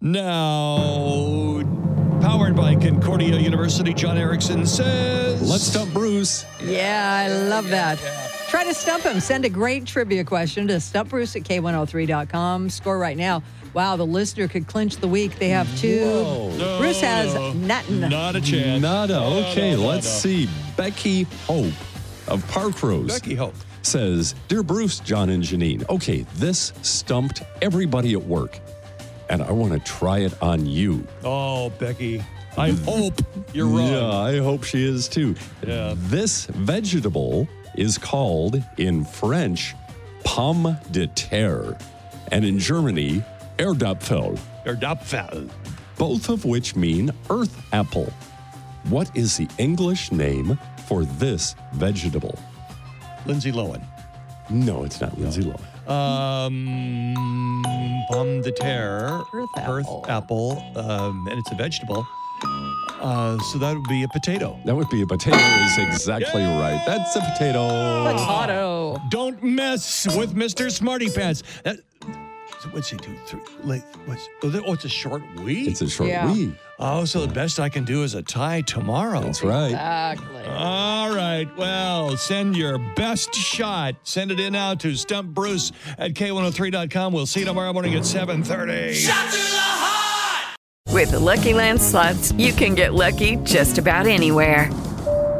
Now, powered by Concordia University, John Erickson says, Let's stump Bruce. Yeah, I love that. Try to stump him. Send a great trivia question to stumpbruce at k103.com. Score right now. Wow, the listener could clinch the week. They have two. No, Bruce has no, nothing. Not a chance. Nada. Okay, no, no, let's no. see. Becky Hope of Park Rose Becky Hope. says, Dear Bruce, John, and Janine, okay, this stumped everybody at work, and I want to try it on you. Oh, Becky. I hope you're wrong. Yeah, I hope she is too. Yeah. This vegetable is called in French pomme de terre, and in Germany, Erdapfel, You're Dopfel. both of which mean earth apple. What is the English name for this vegetable? Lindsay Lohan. No, it's not Lindsay Lohan. Um, pomme de terre. Earth apple. apple, um, and it's a vegetable. Uh, so that would be a potato. That would be a potato, is exactly right. That's a potato. Potato. Don't mess with Mr. Smarty Pants. That, so what's he do? Three, like, what's, oh, that- oh, it's a short week? It's a short Yeah. wee. oh, so the best I can do is a tie tomorrow. That's right. Exactly. All right. Well, send your best shot. Send it in now to stumpbruce at k103.com. We'll see you tomorrow morning at 730. With the Lucky Land slots, you can get lucky just about anywhere.